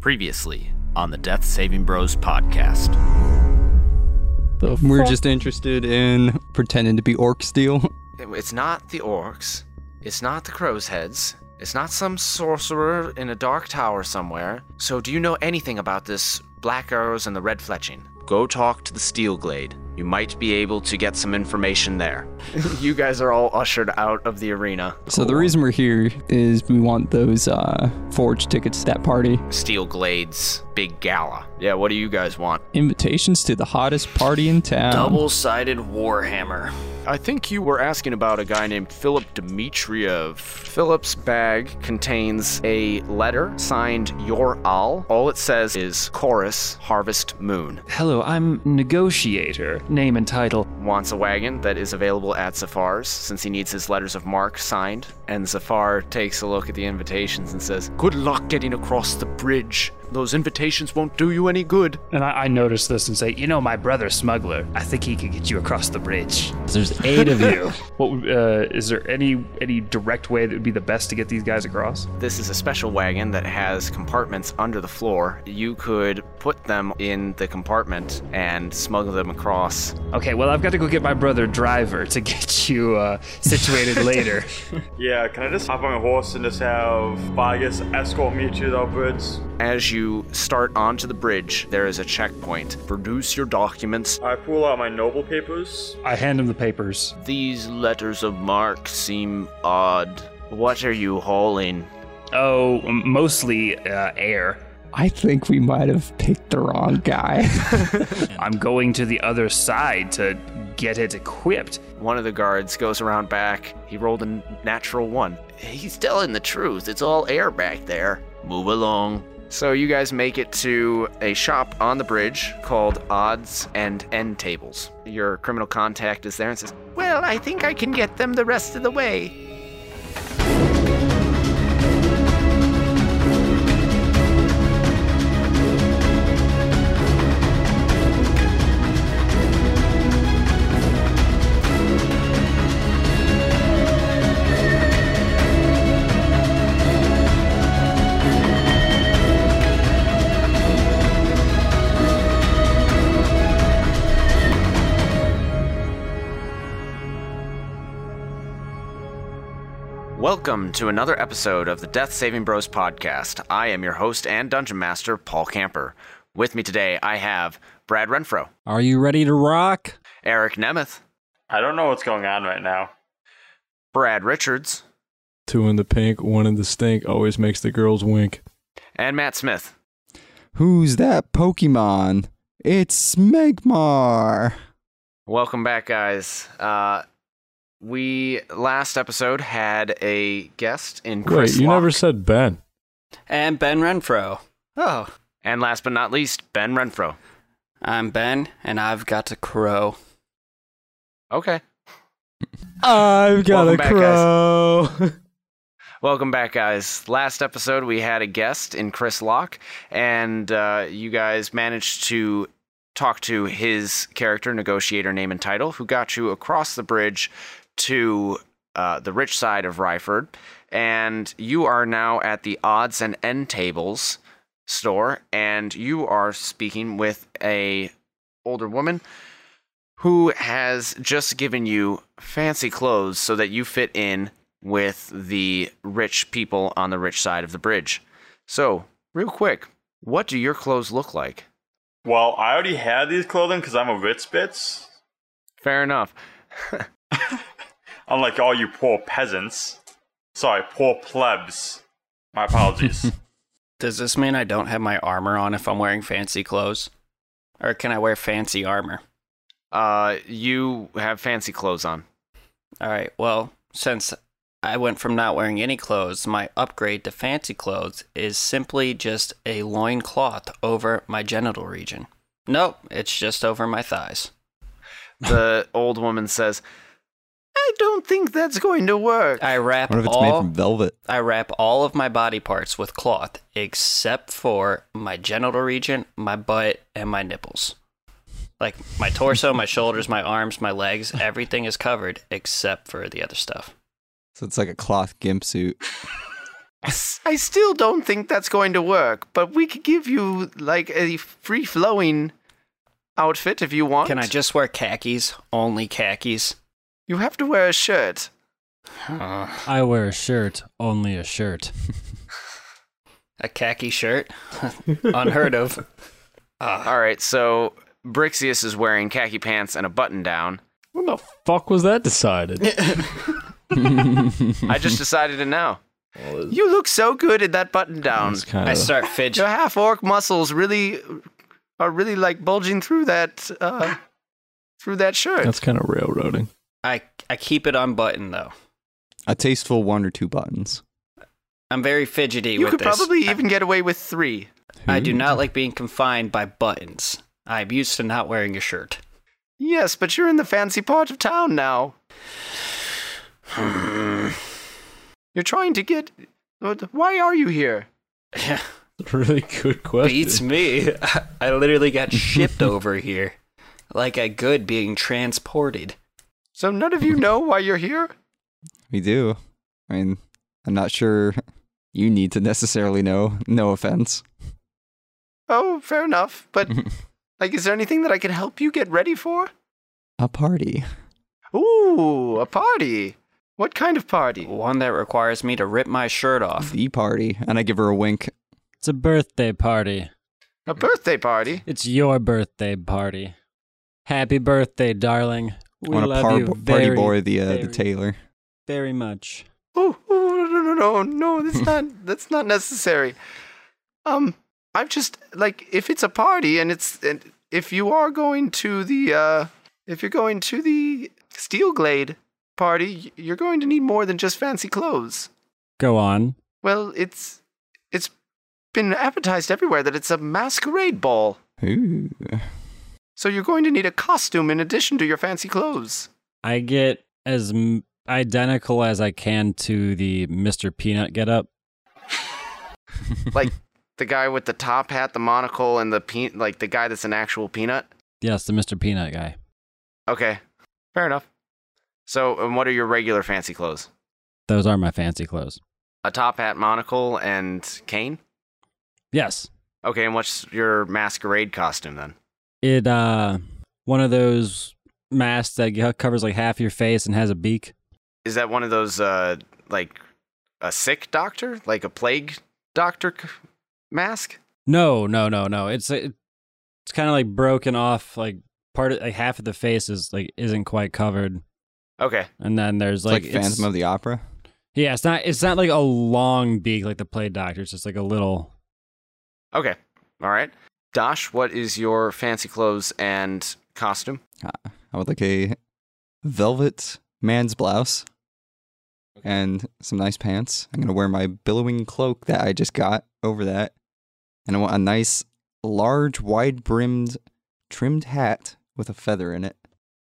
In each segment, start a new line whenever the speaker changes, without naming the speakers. Previously on the Death Saving Bros podcast.
So we're just interested in pretending to be orc steel.
It- It's not the orcs. It's not the crow's heads. It's not some sorcerer in a dark tower somewhere. So, do you know anything about this black arrows and the red fletching? Go talk to the Steel Glade. You might be able to get some information there. you guys are all ushered out of the arena.
So the reason we're here is we want those uh, forge tickets to that party,
Steel Glade's big gala. Yeah, what do you guys want?
invitations to the hottest party in town.
Double sided Warhammer.
I think you were asking about a guy named Philip Dmitriev. Philip's bag contains a letter signed Your Al. All it says is Chorus Harvest Moon.
Hello, I'm Negotiator. Name and title.
Wants a wagon that is available at Zafar's since he needs his letters of marque signed. And Zafar takes a look at the invitations and says, Good luck getting across the bridge. Those invitations won't do you any good.
And I, I notice this and say, you know, my brother smuggler. I think he could get you across the bridge.
There's eight of you.
What would- uh, is there any any direct way that would be the best to get these guys across?
This is a special wagon that has compartments under the floor. You could put them in the compartment and smuggle them across.
Okay, well I've got to go get my brother driver to get you uh, situated later.
Yeah, can I just hop on a horse and just have Vargas escort me to the bridge?
As you start onto the bridge, there is a checkpoint. Produce your documents.
I pull out my noble papers.
I hand him the papers.
These letters of mark seem odd. What are you hauling?
Oh, m- mostly uh, air.
I think we might have picked the wrong guy.
I'm going to the other side to get it equipped.
One of the guards goes around back. He rolled a natural one. He's telling the truth. It's all air back there. Move along. So you guys make it to a shop on the bridge called Odds and End Tables. Your criminal contact is there and says, "Well, I think I can get them the rest of the way." Welcome to another episode of the Death Saving Bros podcast. I am your host and dungeon master, Paul Camper. With me today, I have Brad Renfro,
Are you ready to rock?
Eric Nemeth,
I don't know what's going on right now.
Brad Richards,
Two in the pink, one in the stink always makes the girls wink.
and Matt Smith.
Who's that Pokemon? It's Smegmar.
Welcome back, guys. Uh, we last episode had a guest in Chris.
Wait, you never
Locke.
said Ben.
And Ben Renfro. Oh,
And last but not least, Ben Renfro.
I'm Ben, and I've got to crow.
Okay.
I've got
Welcome
a
back,
crow.
Welcome back, guys. Last episode, we had a guest in Chris Locke, and uh, you guys managed to talk to his character, negotiator, name, and title, who got you across the bridge to uh, the rich side of Ryford. And you are now at the odds and end tables store, and you are speaking with a older woman who has just given you fancy clothes so that you fit in with the rich people on the rich side of the bridge. So, real quick, what do your clothes look like?
Well, I already had these clothing because I'm a rich bitch.
Fair enough.
Unlike all you poor peasants. Sorry, poor plebs. My apologies.
Does this mean I don't have my armor on if I'm wearing fancy clothes? Or can I wear fancy armor?
Uh, you have fancy clothes on.
All right, well, since I went from not wearing any clothes, my upgrade to fancy clothes is simply just a loincloth over my genital region. Nope, it's just over my thighs.
The old woman says, I don't think that's going to work.
I wrap
What if it's made
all
from velvet?
I wrap all of my body parts with cloth except for my genital region, my butt, and my nipples. Like my torso, my shoulders, my arms, my legs, everything is covered except for the other stuff.
So it's like a cloth gimp suit.
I still don't think that's going to work, but we could give you like a free flowing outfit if you want.
Can I just wear khakis? Only khakis.
You have to wear a shirt.
Uh,
I wear a shirt, only a shirt.
A khaki shirt? Unheard of.
All right, so Brixius is wearing khaki pants and a button down.
When the fuck was that decided?
I just decided it now. You look so good in that button down.
It's kind
I
of
start fidgeting.
Your half orc muscles really are really like bulging through that uh, through that shirt.
that's kind of railroading.
I, I keep it unbuttoned though.
A tasteful one or two buttons.
I'm very fidgety
you
with
could
this.
probably
I-
even get away with three.
I do not like being confined by buttons. I'm used to not wearing a shirt.
Yes, but you're in the fancy part of town now. You're trying to get. what- Why are you here?
Really good question.
Beats me. I literally got shipped over here. Like a good being transported.
So none of you know why you're here.
We do. I mean, I'm not sure you need to necessarily know. No offense.
Oh, fair enough. But like, is there anything that I can help you get ready for?
A party.
Ooh, a party. What kind of party?
One that requires me to rip my shirt off.
The party. And I give her a wink.
It's a birthday party.
A birthday party.
It's your birthday party. Happy birthday, darling. We
I want to
love
par-
you
party
very,
boy the uh, the
very-
tailor.
very much.
Oh, oh, no, no, no, no, that's not that's not necessary. Um, I'm just like if it's a party and it's and if you are going to the uh if you're going to the Steel Glade party, y- you're going to need more than just fancy clothes.
Go on.
Well, it's it's been advertised everywhere that it's a masquerade ball.
Ooh.
So you're going to need a costume in addition to your fancy clothes.
I get as m- identical as I can to the Mr. Peanut getup.
Like the guy with the top hat, the monocle, and the pe- like the guy that's an actual peanut.
Yes, the Mr. Peanut guy.
Okay, fair enough. So, and what are your regular fancy clothes?
Those are my fancy clothes.
A top hat, monocle, and cane.
Yes.
Okay, and what's your masquerade costume then?
It uh one of those masks that g- covers like half your face and has a beak.
Is that one of those uh like a sick doctor, like a plague doctor c- mask?
No, no, no, no. It's it, it's kind of like broken off like part of like half of the face is like isn't quite covered
Okay,
and then there's
It's like,
like,
Phantom of the Opera.
Yeah, it's not it's not like a long beak like the play doctor. It's just like a little
okay, all right. Dosh, what is your fancy clothes and costume?
I would Uh, like a velvet man's blouse and some nice pants. I'm gonna wear my billowing cloak that I just got over that, and I want a nice, large, wide-brimmed, trimmed hat with a feather in it.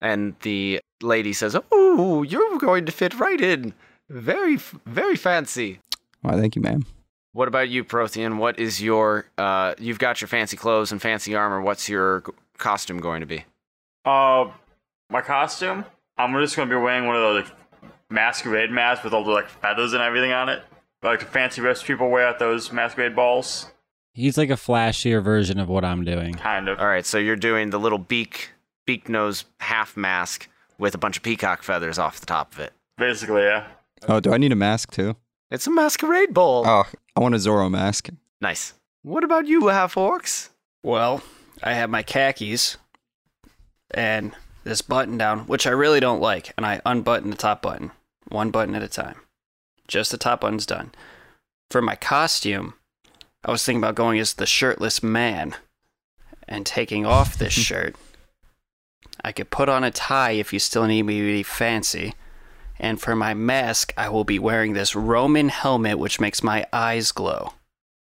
And the lady says, "Oh, you're going to fit right in. Very, f- very fancy."
Why, thank you, ma'am.
What about you, Prothean? What is your uh you've got your fancy clothes and fancy armor. What's your g- costume going to be?
Uh, my costume. I'm just gonna be wearing one of those like, masquerade masks with all the like feathers and everything on it, like the fancy rich people wear at those masquerade balls.
He's like a flashier version of what I'm doing.
Kind of.
All right, so you're doing the little beak beak nose half mask with a bunch of peacock feathers off the top of it.
Basically, yeah.
Oh, do I need a mask too?
It's a masquerade ball.
Oh, I want a Zorro mask.
Nice. What about you, half orcs?
Well, I have my khakis and this button down, which I really don't like, and I unbutton the top button, one button at a time. Just the top button's done. For my costume, I was thinking about going as the shirtless man and taking off this shirt. I could put on a tie if you still need me to be fancy. And for my mask, I will be wearing this Roman helmet, which makes my eyes glow.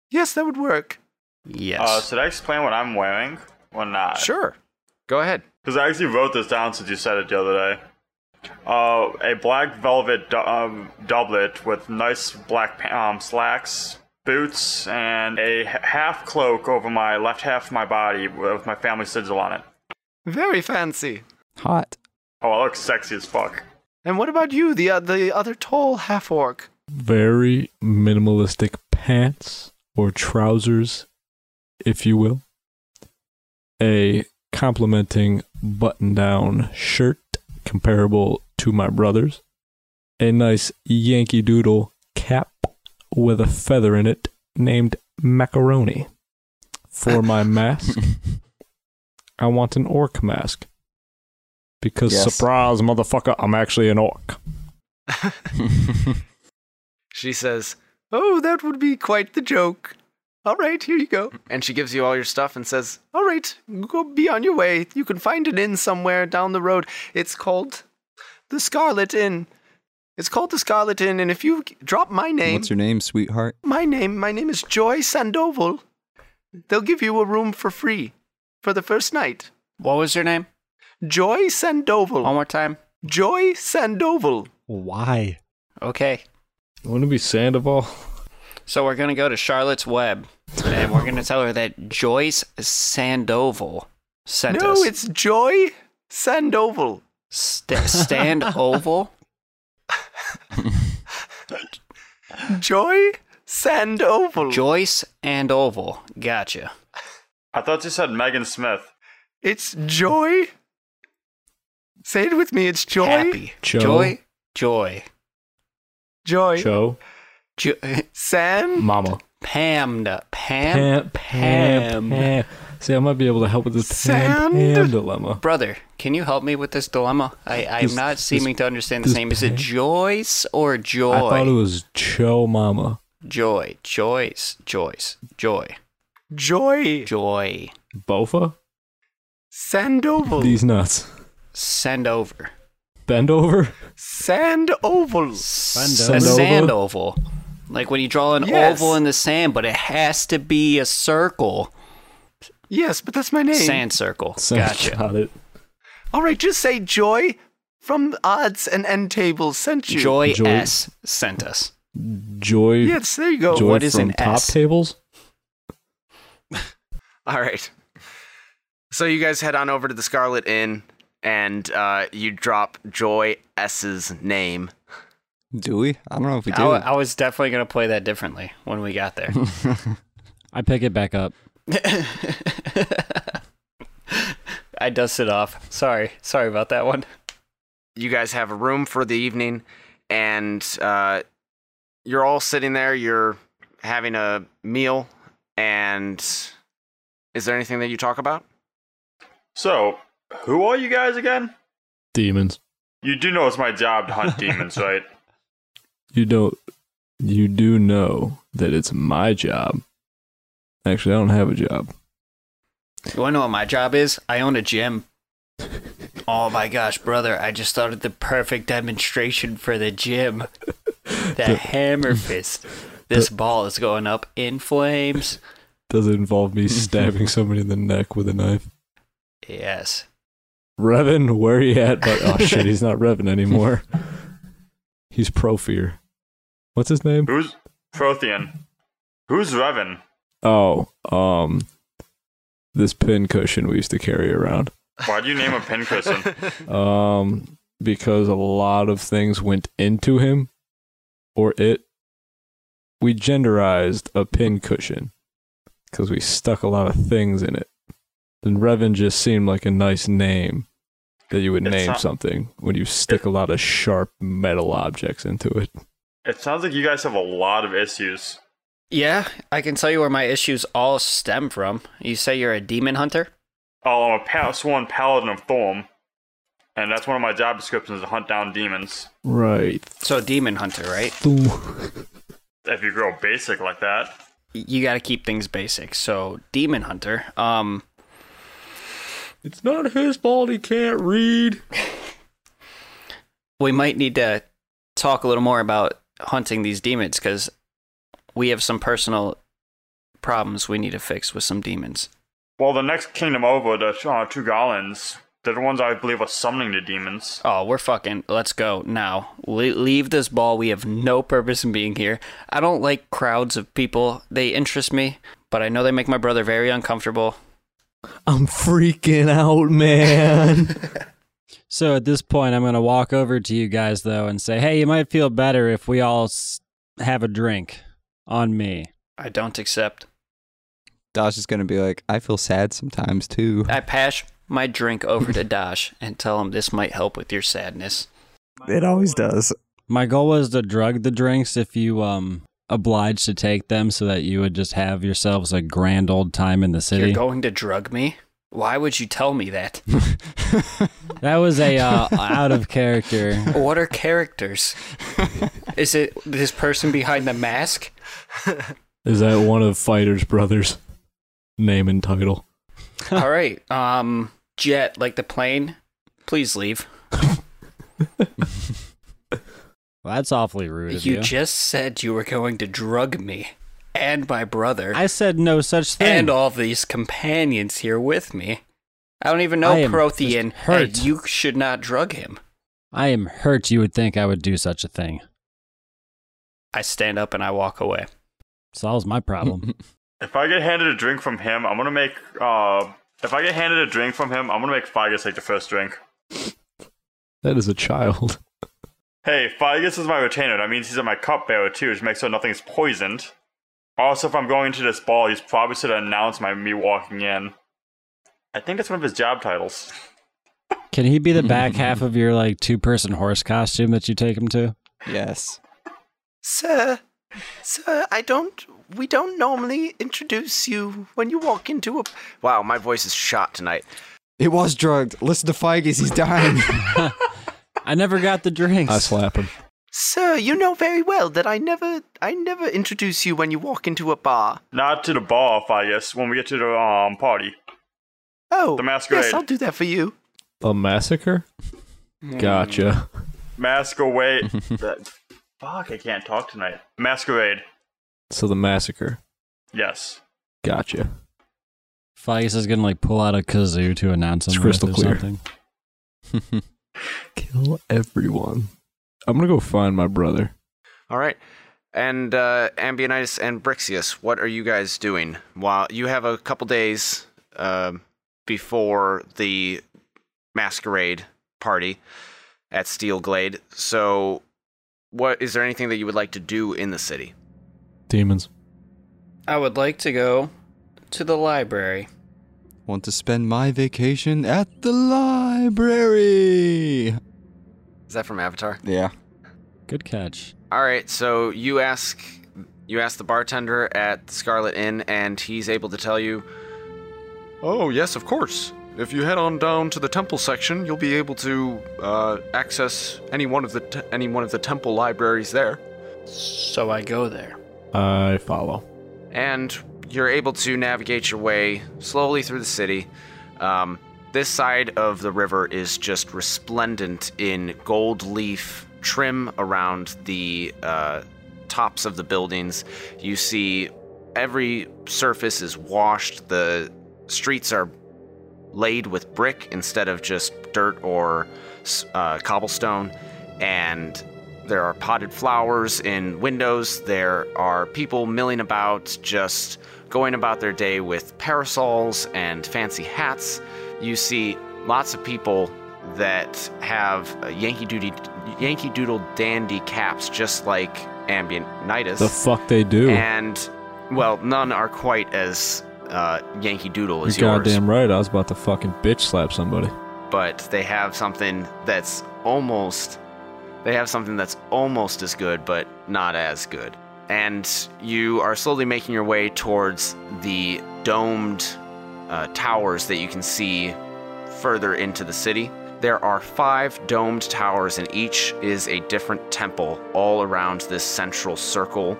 Yes, that would work.
Yes.
Uh, should I explain what I'm wearing or not?
Sure. Go ahead.
Because I actually wrote this down since you said it the other day. Uh, a black velvet do- um, doublet with nice black pa- um, slacks, boots, and a h- half cloak over my left half of my body with my family sigil on it.
Very fancy.
Hot.
Oh, I look sexy as fuck.
And what about you, the uh, the other tall half orc?
very minimalistic pants or trousers, if you will. A complementing button down shirt comparable to my brother's. A nice Yankee Doodle cap with a feather in it named Macaroni. For my mask, I want an orc mask. Because
Yes.
surprise, motherfucker, I'm actually an orc.
She says, Oh, that would be quite the joke. All right, here you go. And she gives you all your stuff and says, All right, go be on your way. You can find an inn somewhere down the road. It's called the Scarlet Inn. It's called the Scarlet Inn. And if you drop my name,
What's your name, sweetheart?
my name, my name is Joy Sandoval, they'll give you a room for free for the first night.
What was your name?
Joy Sandoval.
One more time.
Joy Sandoval.
Why?
Okay.
Wouldn't it be Sandoval?
So we're gonna go to Charlotte's Web, and we're gonna tell her that Joyce Sandoval sent
No,
us.
it's Joy Sandoval.
St- stand oval.
Joy Sandoval.
Joyce and oval. Gotcha.
I thought you said Megan Smith.
It's joy. Say it with me. It's joy.
Happy.
Joe.
Joy. Joy.
Joy.
Joe.
Jo-
San.
Mama.
Pamda.
Pam,
Pam.
Pam, Pam. See, I might be able to help with this Pam,
Sand.
Pam dilemma.
Brother, can you help me with this dilemma? I, I'm
This-
not
this-
seeming to understand this
this
name. Is it
pig-
Joyce or Joy?
I thought it was Joe Mama.
Joy. Joyce. Joyce. Joy.
Joy.
Joy.
Bofa?
Sandoval.
These nuts.
Send over.
Bend over?
Sandoval.
a
Send over?
sand oval. Like when you draw an
Yes.
oval in the sand, but it has to be a circle.
Yes, but that's my name.
Sand circle.
Sand-
Gotcha.
Got it.
All right, just say joy from odds and end table sent you.
Joy,
Joy-
S sent us.
Joy.
Yes, there you go.
Joy
what is
from
an
top
S?
tables?
All right. So you guys head on over to the Scarlet Inn and uh, you drop Joy S's name.
Do we? I don't know if we do.
I, wa- I was definitely going to play that differently when we got there.
I pick it back up.
I dusted off. Sorry. Sorry about that one.
you guys have a room for the evening and uh, you're all sitting there you're having a meal and is there anything that you talk about
So, who are you guys again?
Demons.
You do know it's my job to hunt demons, right?
You don't. You do know that it's my job. Actually, I don't have a job.
You want to know what my job is? I own a gym. Oh my gosh, brother. I just started the perfect demonstration for the gym. The hammer fist. This ball is going up in flames.
Does it involve me stabbing somebody in the neck with a knife?
Yes.
Revan, where you at? But oh shit, he's not Revan anymore. He's Profear. What's his name?
Who's Prothean? Who's Revan?
Oh, um, this pin cushion we used to carry around.
Why'd you name a pincushion?
Um, because a lot of things went into him or it. We genderized a pin cushion because we stuck a lot of things in it. And Revan just seemed like a nice name that you would
It's
name
not-
something when you stick a lot of sharp metal objects into it.
it sounds like you guys have a lot of issues.
Yeah, I can tell you where my issues all stem from. You say you're a demon hunter?
Oh, I'm a pal- sworn paladin of Thorm, and that's one of my job descriptions to hunt down demons.
Right.
So, demon hunter, right?
If you grow basic like that,
You got to keep things basic. So, demon hunter, um,
It's not his fault he can't read.
we might need to talk a little more about hunting these demons because we have some personal problems we need to fix with some demons.
well, the next kingdom over, the uh, two Goblins, they're the ones I believe are summoning the demons.
Oh, we're fucking. Let's go now. Le- leave this ball. We have no purpose in being here. I don't like crowds of people. They interest me, but I know they make my brother very uncomfortable.
I'm freaking out, man.
So at this point, I'm going to walk over to you guys though and say, "Hey, you might feel better if we all s- have a drink on me.
I don't accept.
Dosh is gonna be like, I feel sad sometimes too.
I pass my drink over to Dash and tell him this might help with your sadness.
It always does.
My goal was to drug the drinks if you um obliged to take them so that you would just have yourselves a grand old time in the
You're
city.
going to drug me? Why would you tell me that?
that was a uh, out of character.
what are characters? Is it this person behind the mask?
Is that one of Fighter's brothers? Name and title.
All right. Um, jet, like the plane, please leave.
Well, that's awfully rude of
You,
you.
just said you were going to drug me and my brother
I said no such thing.
and all these companions here with me. I don't even know
I am
Prothean,
just hurt.
and you should not drug him.
I am hurt you would think I would do such a thing.
I stand up and I walk away.
Solves my problem.
If I get handed a drink from him, I'm gonna make. Uh, if I get handed a drink from him, I'm gonna make Figus take the first drink.
That is a child.
Hey, Figus is my retainer. That means he's in my cupbearer too, which makes sure nothing's poisoned. Also, if I'm going to this ball, he's probably should announce my me walking in. I think that's one of his job titles.
Can he be the back half of your like two person horse costume that you take him to?
Yes.
Sir, sir, I don't. We don't normally introduce you when you walk into a. Wow, my voice is shot tonight.
It was drugged. Listen to Figus, he's dying.
I never got the drinks.
I slap him.
Sir, you know very well that I never, I never introduce you when you walk into a bar.
Not to the ball, Figus. When we get to the um party,
Oh,
The masquerade.
Yes, I'll do that for you.
A massacre? Mm. Gotcha.
masquerade. that, fuck, I can't talk tonight. Masquerade.
So the massacre.
Yes.
Gotcha.
Figus is gonna like pull out a kazoo to announce him
It's crystal
with or
clear.
something.
Kill everyone. I'm gonna go find my brother.
All right. And uh, Ambionitis and Brixius, what are you guys doing? While you have a couple days um before the masquerade party at Steel Glade, so what is there anything that you would like to do in the city?
Demons.
I would like to go to the library.
Want to spend my vacation at the library.
Is that from Avatar?
Yeah.
Good catch.
All right. So you ask you ask the bartender at Scarlet Inn, and he's able to tell you. Oh yes, of course. If you head on down to the temple section, you'll be able to uh, access any one of the t- any one of the temple libraries there,
So I go there.
I follow.
and you're able to navigate your way slowly through the city. Um, this side of the river is just resplendent in gold leaf trim around the uh, tops of the buildings. You see every surface is washed. The streets are laid with brick instead of just dirt or s- uh, cobblestone. And there are potted flowers in windows. There are people milling about, just going about their day with parasols and fancy hats. You see lots of people that have uh, Yankee Doodle, Yankee Doodle dandy caps, just like Ambionitis.
The fuck they do.
and well, none are quite as uh, Yankee Doodle
You're
as yours
goddamn right. I was about to fucking bitch slap somebody.
but they have something that's almost they have something that's almost as good but not as good and you are slowly making your way towards the domed uh, towers that you can see further into the city there are five domed towers and each is a different temple all around this central circle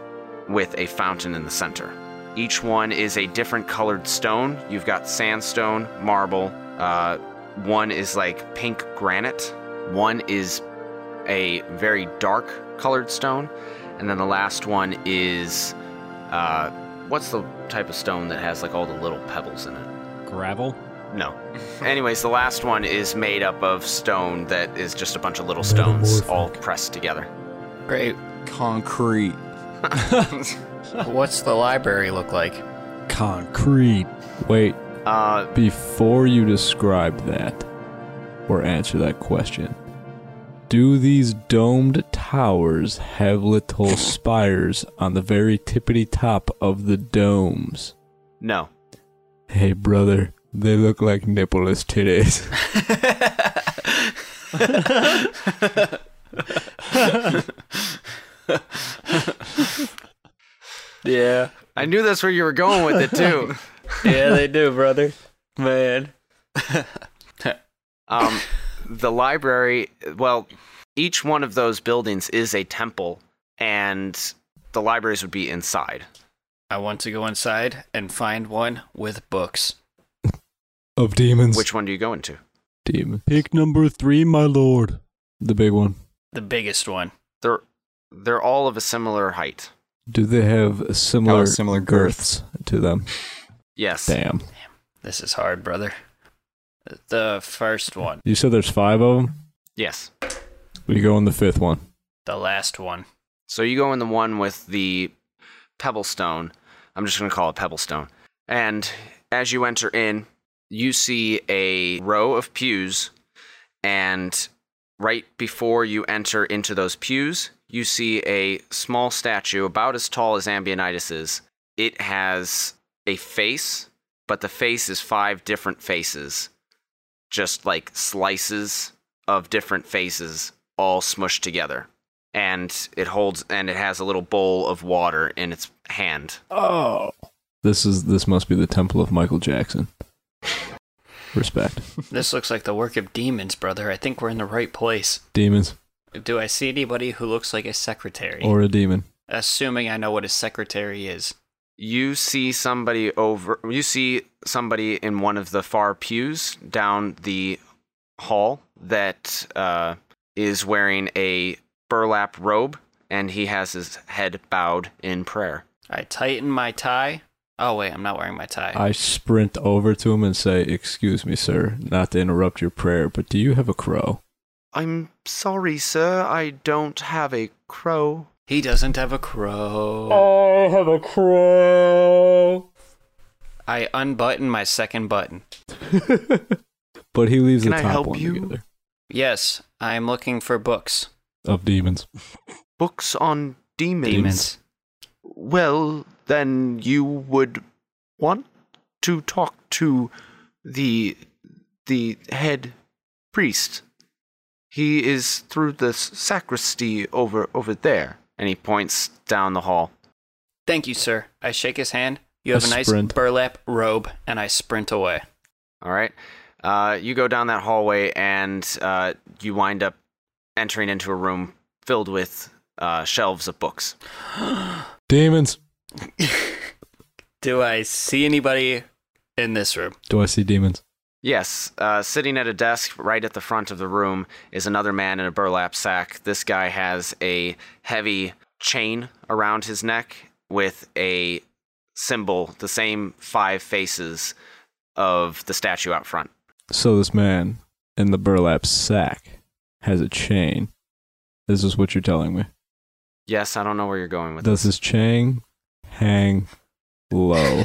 with a fountain in the center each one is a different colored stone you've got sandstone marble uh, one is like pink granite, one is a very dark colored stone, and then the last one is uh, what's the type of stone that has like all the little pebbles in it?
Gravel?
No. Anyways, the last one is made up of stone that is just a bunch of little stones all pressed together.
Great.
Concrete.
What's the library look like?
Concrete.
Wait,
Uh,
before you describe that or answer that question, Do these domed towers have little spires on the very tippity top of the domes?
No.
Hey, brother, they look like nippleless titties.
Yeah.
I knew that's where you were going with it too.
Yeah, they do, brother. Man.
Um, the library, well, each one of those buildings is a temple, and the libraries would be inside.
I want to go inside and find one with books.
Of demons.
Which one do you go into?
demon?
Pick number three, my lord.
The big one.
The biggest one.
They're they're all of a similar height.
Do they have similar,
Oh, similar
girths to them?
Yes.
Damn.
This is hard, brother. The first one.
You said there's five of them?
Yes.
We go on the fifth one.
The last one.
So you go in the one with the pebble stone. I'm just going to call it pebble stone. And as you enter in, you see a row of pews. And right before you enter into those pews, you see a small statue about as tall as Ambionitis is. It has a face, but the face is five different faces, just like slices of different faces all smushed together and it holds and it has a little bowl of water in its hand.
Oh. This is this must be the temple of Michael Jackson. Respect.
This looks like the work of demons, brother. I think we're in the right place.
Demons.
Do I see anybody who looks like a secretary?
Or a demon.
Assuming I know what a secretary is.
You see somebody over you see somebody in one of the far pews down the hall that uh, is wearing a burlap robe and he has his head bowed in prayer.
I tighten my tie. Oh, wait, I'm not wearing my tie.
I sprint over to him and say, Excuse me, sir, not to interrupt your prayer, but do you have a crow?
I'm sorry, sir, I don't have a crow.
he doesn't have a crow.
I have a crow.
I unbutton my second button.
but he leaves
Can
the
I
top
help
one
you?
together.
Yes, I'm looking for books.
Of demons.
Books on demons.
Demons.
Well, then you would want to talk to the the head priest. He is through the s- sacristy over over there, and he points down the hall.
Thank you, sir. I shake his hand. You
I
have a nice
sprint.
burlap robe, and I sprint away.
All right, uh, you go down that hallway, and uh, you wind up entering into a room filled with uh, shelves of books.
Demons.
Do I see anybody in this room?
Do I see demons?
Yes, uh, sitting at a desk right at the front of the room is another man in a burlap sack. This guy has a heavy chain around his neck with a symbol, the same five faces of the statue out front.
So this man in the burlap sack has a chain. This is what you're telling me.
Yes, I don't know where you're going with
Does his chain hang low?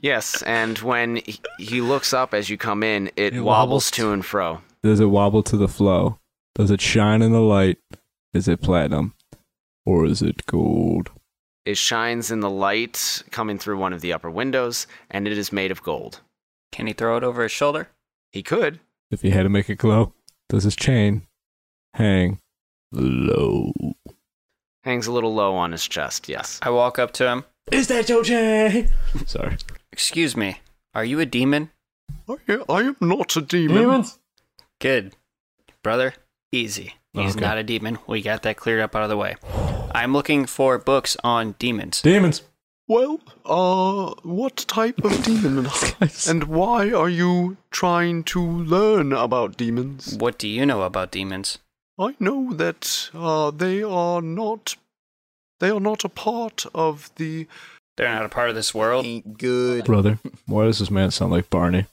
Yes, and when he, he looks up as you come in, it,
It
wobbles,
wobbles.
to and fro.
Does it wobble to the flow? Does it shine in the light? Is it platinum? Or is it gold?
It shines in the light coming through one of the upper windows, and it is made of gold.
Can he throw it over his shoulder?
He could,
If you had to make it glow, does his chain hang low?
hangs a little low on his chest, yes.
I walk up to him.
Sorry.
Excuse me, are you a demon?
I, am not a demon.
Good. Brother, easy. He's
Okay.
not a demon. We got that cleared up out of the way. I'm looking for books on demons.
Demons!
Well, uh, what type of demon and why are you trying to learn about demons?
What do you know about demons?
I know that uh, they are not they are not a part of the
They're not a part of this world.
Ain't good.
Brother, why does this man sound like Barney?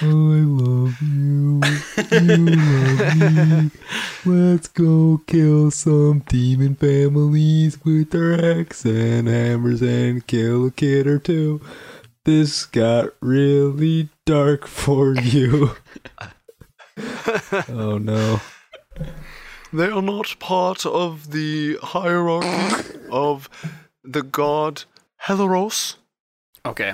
I love you. You love me. Let's go kill some demon families with their axe and hammers and kill a kid or two. This got really dark for you. oh no.
They are not part of the hierarchy of the god Helaros.
Okay.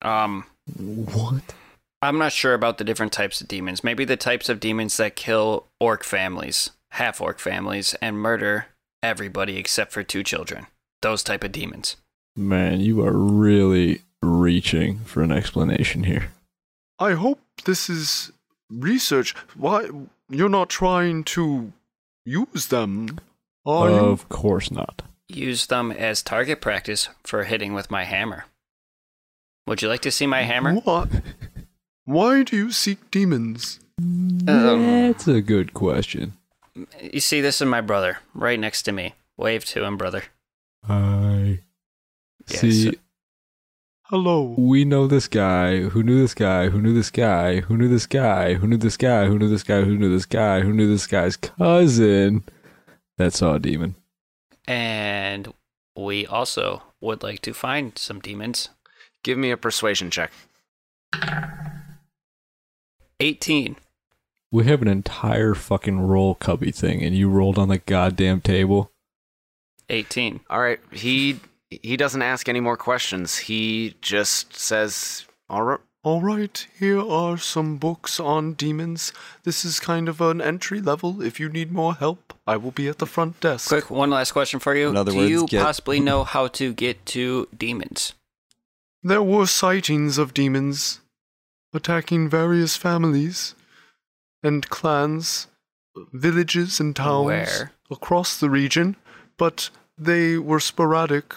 Um
What?
I'm not sure about the different types of demons. Maybe the types of demons that kill orc families, half orc families, and murder everybody except for two children. Those type of demons.
Man, you are really reaching for an explanation here.
I hope this is research. Why you're not trying to use them, are you?
of course not.
Use them as target practice for hitting with my hammer. Would you like to see my hammer?
What? Why do you seek demons?
That's a good question.
You see, this is my brother, right next to me. Wave to him, brother.
I see.
so-
Hello.
we know this guy who knew this guy who knew this guy who knew this guy who knew this guy who knew this guy who knew this guy who knew this guy's cousin that saw a demon.
And we also would like to find some demons.
Give me a persuasion check.
18.
We have an entire fucking roll cubby thing, and you rolled on the goddamn table.
18.
All right, he he doesn't ask any more questions. He just says, "All right."
All right, here are some books on demons. This is kind of an entry level. If you need more help, I will be at the front desk.
Quick, one last question for you.
In other
Do
words,
you
get-
possibly know how to get to demons?
There were sightings of demons attacking various families and clans, villages and towns
Where?
across the region, but they were sporadic,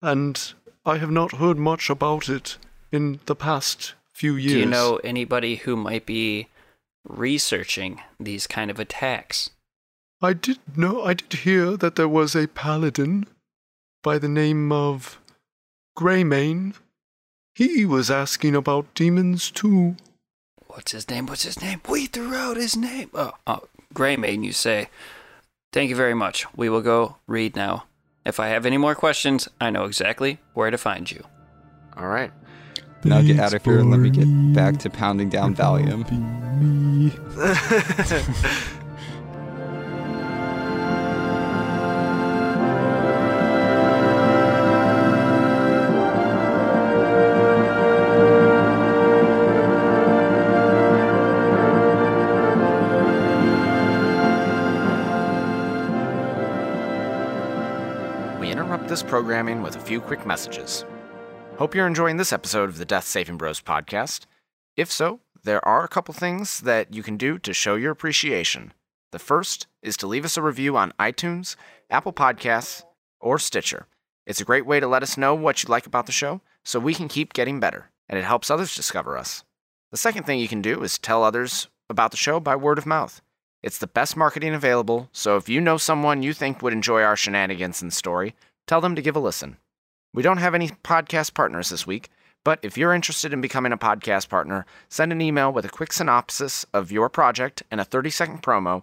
and I have not heard much about it in the past few years.
Do you know anybody who might be researching these kind of attacks?
I did know, I did hear that there was a paladin by the name of Greymane. He was asking about demons too.
What's his name? What's his name? We threw out his name. Oh, oh Gray Maiden, you say. Thank you very much. We will go read now. If I have any more questions, I know exactly where to find you.
All right.
Now get out of here and let me get back to pounding down Valium.
We interrupt this programming with a few quick messages. Hope you're enjoying this episode of the Death Saving Bros podcast. If so, there are a couple things that you can do to show your appreciation. The first is to leave us a review on iTunes, Apple Podcasts, or Stitcher. It's a great way to let us know what you like about the show so we can keep getting better, and it helps others discover us. The second thing you can do is tell others about the show by word of mouth. It's the best marketing available, so if you know someone you think would enjoy our shenanigans and story, tell them to give a listen. We don't have any podcast partners this week, but if you're interested in becoming a podcast partner, send an email with a quick synopsis of your project and a 30 second promo,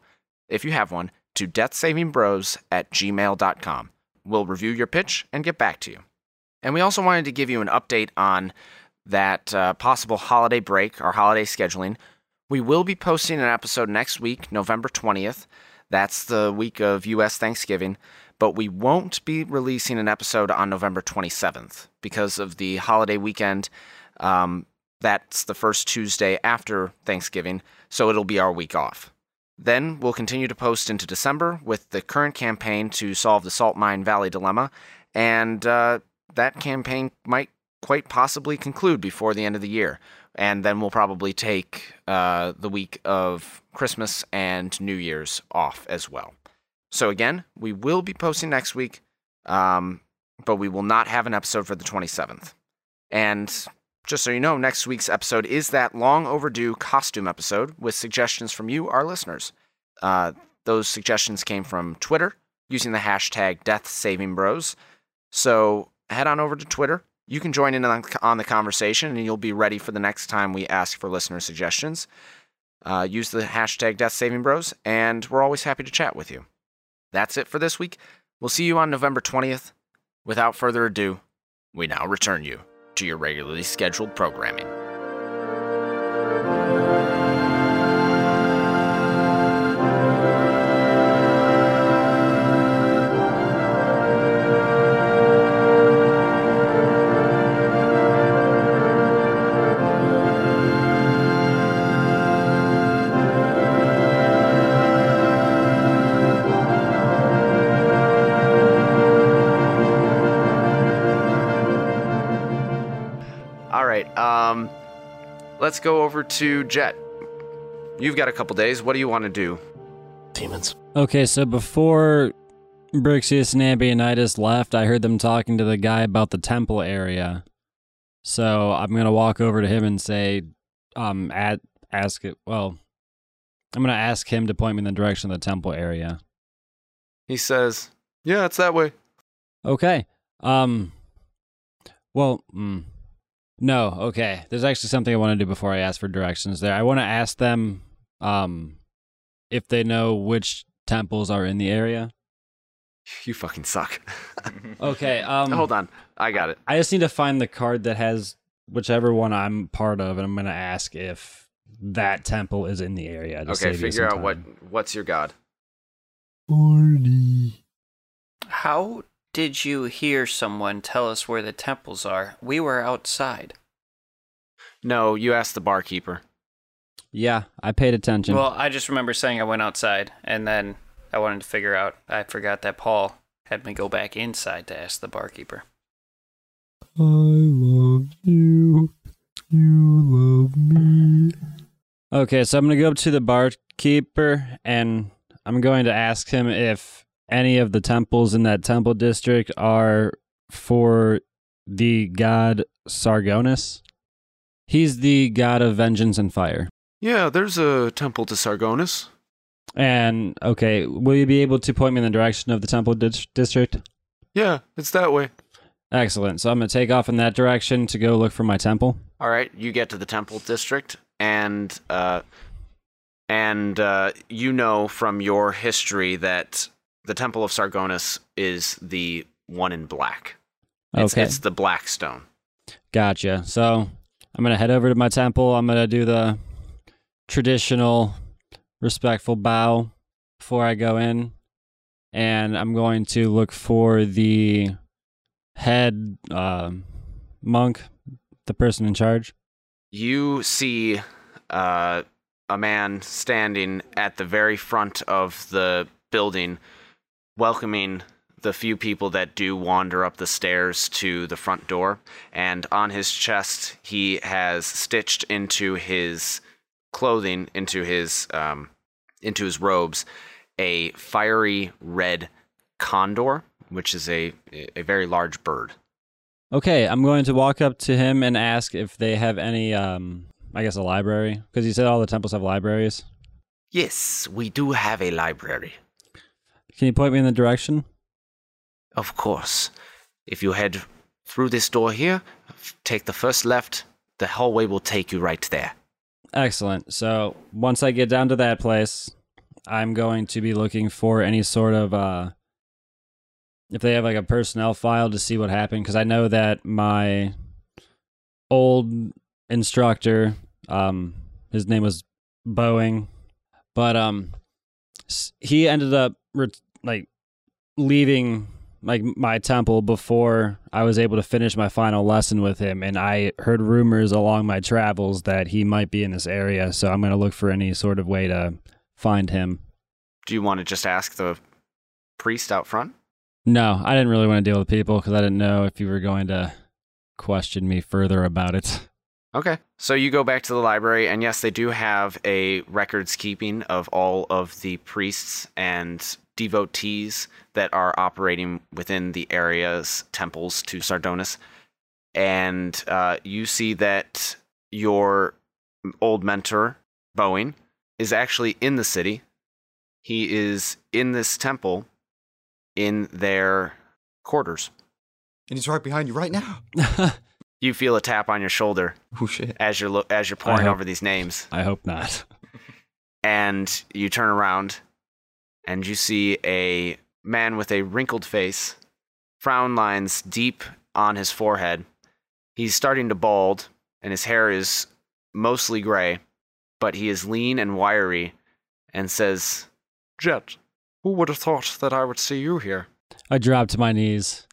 if you have one, to deathsavingbros at gmail.com. We'll review your pitch and get back to you. And we also wanted to give you an update on that uh, possible holiday break, our holiday scheduling. We will be posting an episode next week, November 20th. That's the week of US Thanksgiving, but we won't be releasing an episode on November 27th because of the holiday weekend. Um, that's the first Tuesday after Thanksgiving, so it'll be our week off. Then we'll continue to post into December with the current campaign to solve the Salt Mine Valley dilemma, and uh, that campaign might quite possibly conclude before the end of the year. And then we'll probably take uh, the week of Christmas and New Year's off as well. So, again, we will be posting next week, um, but we will not have an episode for the 27th. And just so you know, next week's episode is that long overdue costume episode with suggestions from you, our listeners. Uh, those suggestions came from Twitter using the hashtag DeathSavingBros. So head on over to Twitter. You can join in on, on the conversation and you'll be ready for the next time we ask for listener suggestions. Uh, use the hashtag DeathSavingBros, and we're always happy to chat with you. That's it for this week. We'll see you on November 20th. Without further ado, we now return you to your regularly scheduled programming. All right. Um, let's go over to Jet. You've got a couple days. What do you want to do?
Demons.
Okay, so before Brixius and Ambionitis left, I heard them talking to the guy about the temple area. So I'm gonna walk over to him and say, um, at ask it. Well, I'm gonna ask him to point me in the direction of the temple area.
He says, "Yeah, it's that way."
Okay. Um. Well, mm, no. Okay. There's actually something I want to do before I ask for directions. There, I want to ask them, um, if they know which temples are in the area.
You fucking suck.
Okay. Um.
Hold on. I got it.
I just need to find the card that has whichever one I'm part of, and I'm gonna ask if that temple is in the area. to
Okay,
save you
figure
some
out what what's your god.
How did you hear someone tell us where the temples are? We were outside.
No, you asked the barkeeper.
Yeah, I paid attention.
Well, I just remember saying I went outside, and then I wanted to figure out. I forgot that Paul had me go back inside to ask the barkeeper.
I love you. You love me.
okay, so I'm gonna go up to the barkeeper, and I'm going to ask him if any of the temples in that temple district are for the god Sargonis. He's the god of vengeance and fire.
Yeah, there's a temple to Sargonis.
And okay, will you be able to point me in the direction of the temple dis- district?
Yeah, it's that way.
Excellent. So I'm going to take off in that direction to go look for my temple.
All right, you get to the temple district, and uh, and uh, you know from your history that the temple of Sargonis is the one in black. It's,
Okay.
it's the black stone.
Gotcha. So I'm going to head over to my temple. I'm going to do the traditional respectful bow before I go in. And I'm going to look for the head uh, monk, the person in charge.
You see uh, a man standing at the very front of the building, welcoming the few people that do wander up the stairs to the front door. And on his chest, he has stitched into his clothing, into his um, into his robes, a fiery red condor, which is a a very large bird.
Okay, I'm going to walk up to him and ask if they have any, um, I guess, a library. Because you said all the temples have libraries.
Yes, we do have a library.
Can you point me in the direction?
Of course. If you head through this door here, f- take the first left, the hallway will take you right there.
Excellent. So once I get down to that place, I'm going to be looking for any sort of uh if they have like a personnel file to see what happened cuz I know that my old instructor um his name was Boeing but um s- he ended up ret- like leaving like my temple before I was able to finish my final lesson with him and I heard rumors along my travels that he might be in this area so I'm going to look for any sort of way to find him.
Do you want to just ask the priest out front?
No, I didn't really want to deal with people cuz I didn't know if you were going to question me further about it.
Okay. So you go back to the library, and yes, they do have a records keeping of all of the priests and devotees that are operating within the area's temples to Sardonis. And uh, you see that your old mentor, Boeing, is actually in the city. He is in this temple in their quarters.
And he's right behind you right now.
You feel a tap on your shoulder
Oh shit.
as you're lo- as you're poring
hope-
over these names.
I hope not.
and you turn around and you see a man with a wrinkled face, frown lines deep on his forehead, He's starting to bald, and his hair is mostly gray, but he is lean and wiry and says,
Jet, who would have thought that I would see you here?
I dropped to my knees.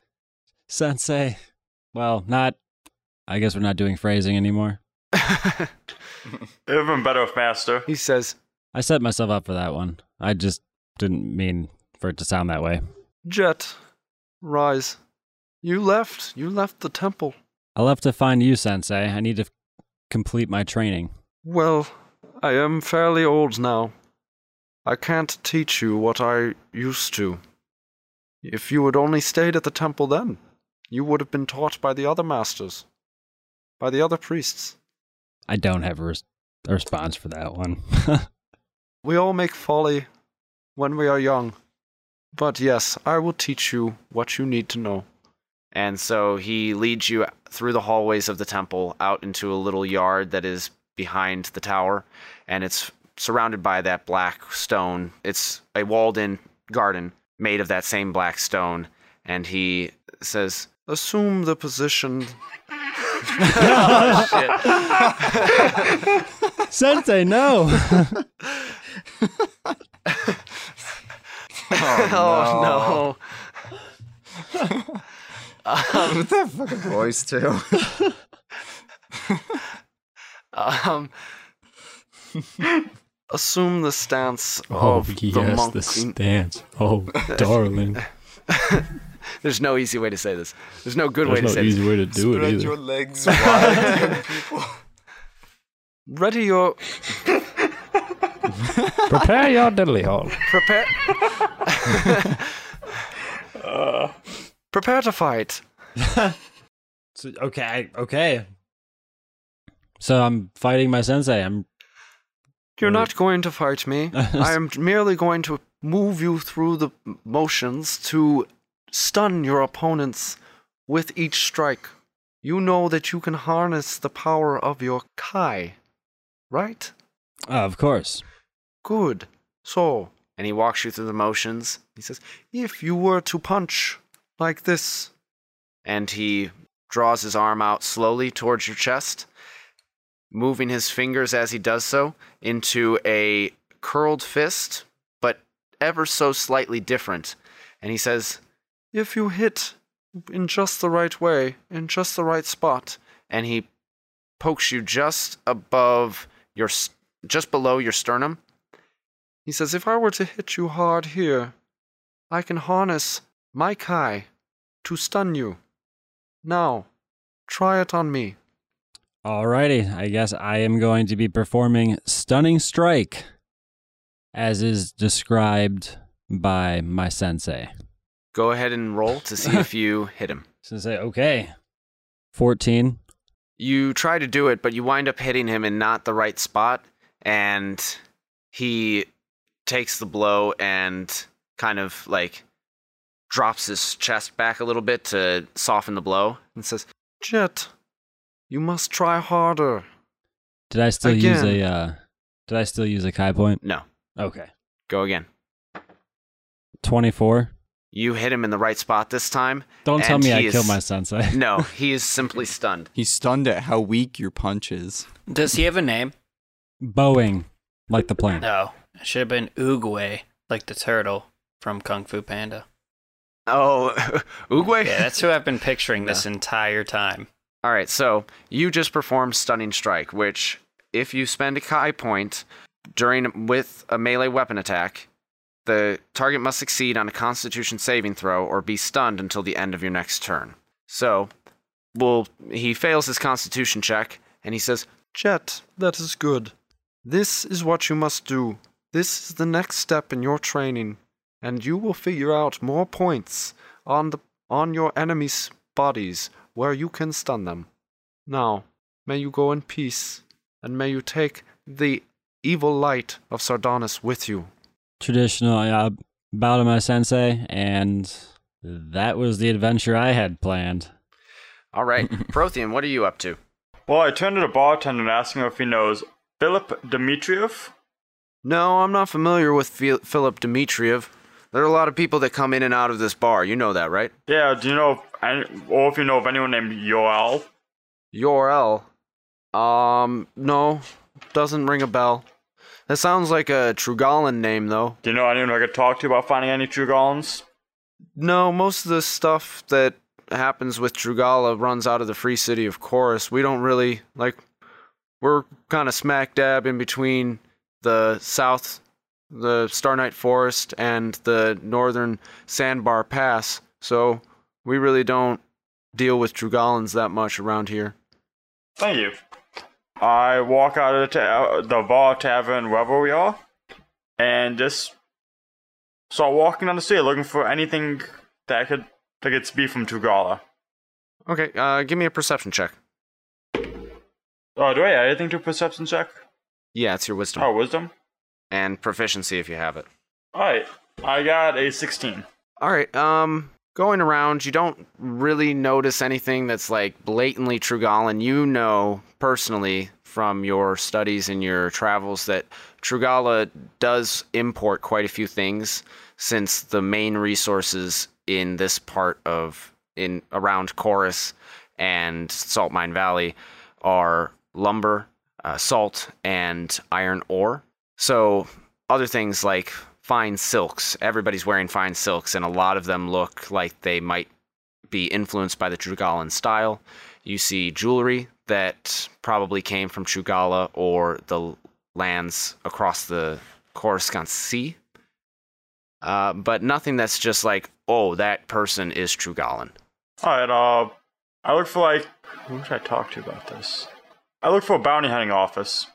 Sensei. Well, not. I guess we're not doing phrasing anymore.
It would have been better with Master.
He says,
I set myself up for that one. I just didn't mean for it to sound that way.
Jet, rise. You left. You left the temple.
I left to find you, Sensei. I need to f- complete my training.
Well, I am fairly old now. I can't teach you what I used to. If you had only stayed at the temple then, you would have been taught by the other masters, by the other priests.
I don't have a, res- a response for that one.
We all make folly when we are young. But yes, I will teach you what you need to know.
And so he leads you through the hallways of the temple out into a little yard that is behind the tower, and it's surrounded by that black stone. It's a walled in garden made of that same black stone. And he says,
Assume the position.
Sensei, no!
Oh,
With that fucking voice too.
no. Um,
Assume the stance
Oh,
of the
yes,
monk.
the stance. Oh, darling.
there's no easy way to say this. There's no good way
There's
to
no
say
easy way to do it
Spread
either.
your legs wide, young people.
Ready your
Prepare your diddly hole.
prepare. Prepare to fight.
So, okay, okay. So I'm fighting my sensei. I'm
You're not going to fight me. I am merely going to move you through the motions to stun your opponents with each strike. You know that you can harness the power of your Kai, right?
Oh, of course.
Good. So,
And he walks you through the motions. He says,
if you were to punch like this,
and he draws his arm out slowly towards your chest, moving his fingers as he does so into a curled fist, but ever so slightly different. And he says,
if you hit in just the right way, in just the right spot,
and he pokes you just above your, s- just below your sternum.
He says, If I were to hit you hard here, I can harness my Kai to stun you. Now, try it on me.
Alrighty, I guess I am going to be performing Stunning Strike, as is described by my sensei.
Go ahead and roll to see if you hit him.
Sensei, okay. 14.
you try to do it, but you wind up hitting him in not the right spot, and he takes the blow and kind of like drops his chest back a little bit to soften the blow and says,
Jet, you must try harder.
Did I still use a
Again.
uh did I still use a Kai point?
No,
Okay.
go again.
24.
You hit him in the right spot this time.
Don't tell
and
me I
he is-
killed my sensei.
No, he is simply stunned.
He's stunned at how weak your punch is.
Does he have a name?
Boeing like the plane.
No. It should have been Oogway, like the turtle from Kung Fu Panda.
Oh, Oogway?
Yeah, that's who I've been picturing this entire time.
All right, so you just performed stunning strike, which if you spend a Kai point during with a melee weapon attack, the target must succeed on a Constitution saving throw or be stunned until the end of your next turn. So, well, he fails his Constitution check, and he says,
Jet, that is good. This is what you must do. This is the next step in your training, and you will figure out more points on the on your enemies' bodies where you can stun them. Now, may you go in peace, and may you take the evil light of Sardonis with you.
Traditional uh, bow to my sensei and that was the adventure I had planned.
"All right, Prothean, what are you up to?"
Well, I turned to the bartender and asked him if he knows Philip Dmitriev.
No, I'm not familiar with Phil- Philip Dmitriev. There are a lot of people that come in and out of this bar. You know that, right?
Yeah, do you know, if any, or if you know of anyone named Yoel?
Yorel. Um,
Oh,
no, doesn't ring a bell. That sounds like a Trugalan name, though.
Do you know anyone I could talk to about finding any Trugalans?
No, most of the stuff that happens with Drugala runs out of the free city of Chorus. We don't really like we're kind of smack dab in between the south the Star Knight Forest and the northern Sandbar Pass. So we really don't deal with Drugalans that much around here.
Thank you. I walk out of the, ta- the bar tavern, wherever we are, and just start walking down the street looking for anything that I could that could be from Tugala.
Okay, uh, give me a perception check.
Oh, do I add anything to perception check?
Yeah, it's your wisdom.
Oh, wisdom.
And proficiency if you have it.
All right, I got a sixteen.
All right. Um, going around, you don't really notice anything that's like blatantly Trugalan. You know personally from your studies and your travels that Trugala does import quite a few things since the main resources in this part of in around Chorus and Salt Mine Valley are lumber, uh, salt, and iron ore. So other things like fine silks. Everybody's wearing fine silks, and a lot of them look like they might be influenced by the Trugalan style. You see jewelry that probably came from Trugala or the lands across the Coruscant Sea. Uh, but nothing that's just like, oh, that person is Trugalan.
All right. Uh, I look for like who should I talk to about this? I look for a bounty hunting office.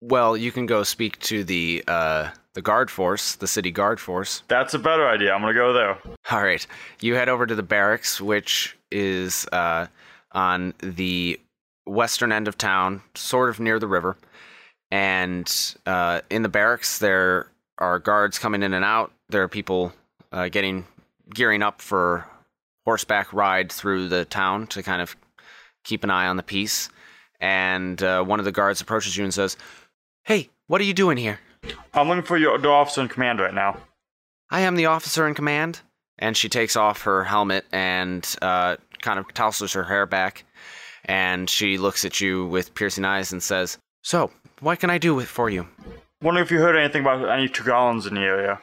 Well, you can go speak to the uh, the guard force, the city guard force.
That's a better idea. I'm gonna go there.
All right, you head over to the barracks, which is uh, on the western end of town, sort of near the river. And uh, in the barracks, there are guards coming in and out. There are people uh, getting gearing up for horseback ride through the town to kind of keep an eye on the piece. And uh, one of the guards approaches you and says, "Hey, what are you doing here?"
I'm looking for your the officer in command right now.
I am the officer in command. And she takes off her helmet and uh, kind of tousles her hair back. And she looks at you with piercing eyes and says, So, what can I do with, for you?
Wondering if you heard anything about any Trugalans in the area.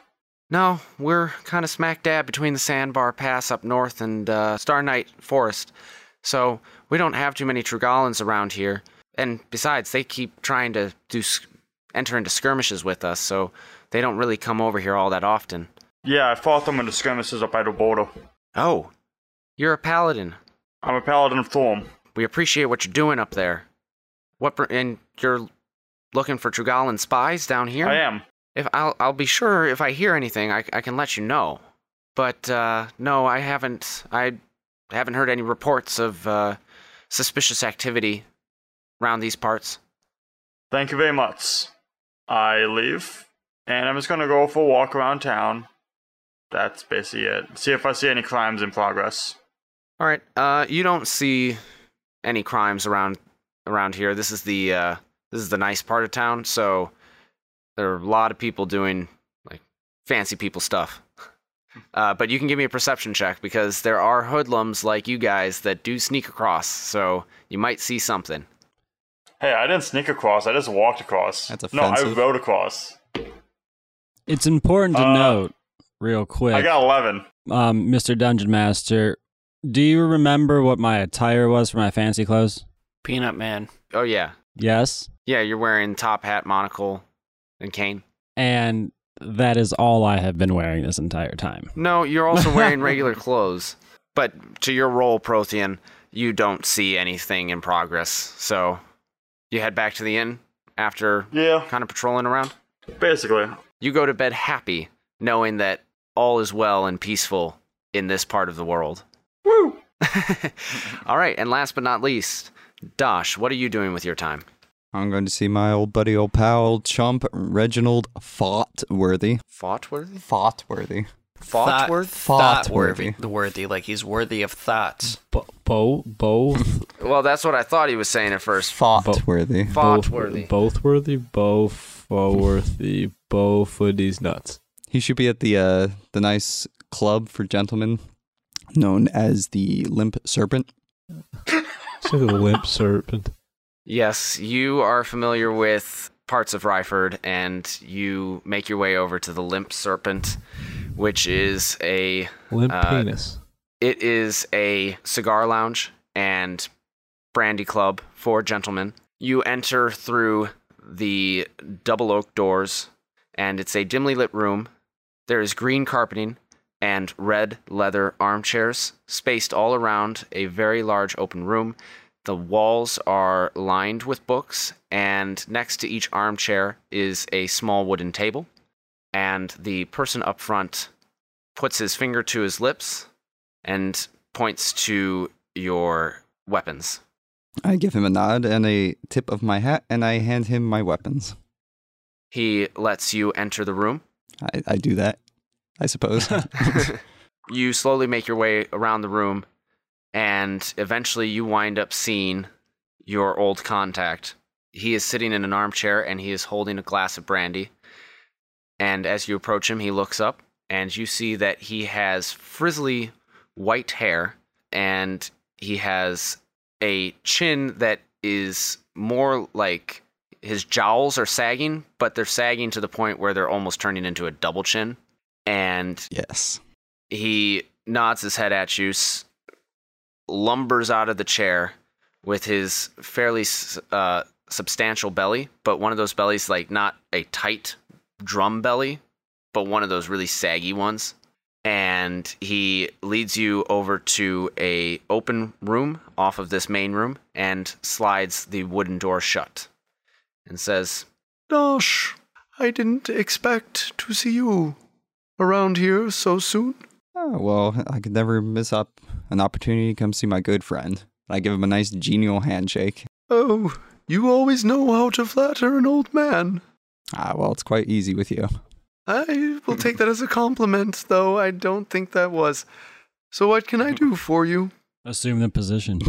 No, we're kind of smack dab between the Sandbar Pass up north and uh, Star Knight Forest. So, we don't have too many Trugalans around here. And besides, they keep trying to do s- enter into skirmishes with us, so they don't really come over here all that often.
Yeah, I fought them in the skirmishes up by the border.
Oh, you're a paladin.
I'm a paladin of Thorm.
We appreciate what you're doing up there. What br- and you're looking for Trugalan spies down here?
I am.
If I'll I'll be sure if I hear anything, I I can let you know. But uh, no, I haven't. I haven't heard any reports of uh, suspicious activity around these parts.
Thank you very much. I leave, and I'm just gonna go for a walk around town. That's basically it. See if I see any crimes in progress.
All right. Uh, you don't see any crimes around around here. This is the uh, this is the nice part of town, so there are a lot of people doing like fancy people stuff. Uh, but you can give me a perception check because there are hoodlums like you guys that do sneak across, so you might see something.
Hey, I didn't sneak across. I just walked across.
That's
No, I
offensive.
rode across.
It's important to
Uh,
note, real quick,
I got eleven.
um, Mr. Dungeon Master, do you remember what my attire was for my fancy clothes?
Peanut Man.
Oh yeah,
Yes.
yeah. You're wearing top hat, monocle, and cane.
And that is all I have been wearing this entire time.
No, you're also wearing regular clothes. But to your role, Prothean, you don't see anything in progress. So you head back to the inn after
Yeah,
kind of patrolling around.
basically.
You go to bed happy, knowing that all is well and peaceful in this part of the world.
Woo!
All right, and last but not least, Dosh, what are you doing with your time?
I'm going to see my old buddy, old pal, old chump, Reginald Thoughtworthy.
Thoughtworthy?
Thoughtworthy.
Thought-
Thoughtworth?
thought
Thoughtworthy.
worthy. The worthy, like he's worthy of thoughts.
Bo, bo both.
Well, that's what I thought he was saying at first.
Thoughtworthy.
Thoughtworthy.
Both worthy. Bo forworthy. Bo footies nuts.
He should be at the uh, the nice club for gentlemen known as the Limp Serpent.
Say the limp serpent.
Yes, you are familiar with parts of Ryford, and you make your way over to the Limp Serpent, which is a
Limp
uh,
penis.
It is a cigar lounge and brandy club for gentlemen. You enter through the double oak doors, and it's a dimly lit room. There is green carpeting and red leather armchairs spaced all around a very large open room. The walls are lined with books, and next to each armchair is a small wooden table. And the person up front puts his finger to his lips and points to your weapons.
I give him a nod and a tip of my hat, and I hand him my weapons.
He lets you enter the room.
I, I do that, I suppose. Oh,
you slowly make your way around the room, and eventually you wind up seeing your old contact. He is sitting in an armchair and he is holding a glass of brandy. And as you approach him, he looks up, and you see that he has frizzly white hair, and he has a chin that is more like his jowls are sagging, but they're sagging to the point where they're almost turning into a double chin. And
yes,
he nods his head at you, s- lumbers out of the chair with his fairly s- uh, substantial belly, but one of those bellies, like not a tight drum belly, but one of those really saggy ones. And he leads you over to a open room off of this main room and slides the wooden door shut and says,
Nosh, I didn't expect to see you around here so soon.
Oh, well, I could never miss up an opportunity to come see my good friend. I give him a nice genial handshake.
Oh, you always know how to flatter an old man.
Ah, well, it's quite easy with you.
I will take that as a compliment, though I don't think that was. So, what can I do for you?
Assume the position.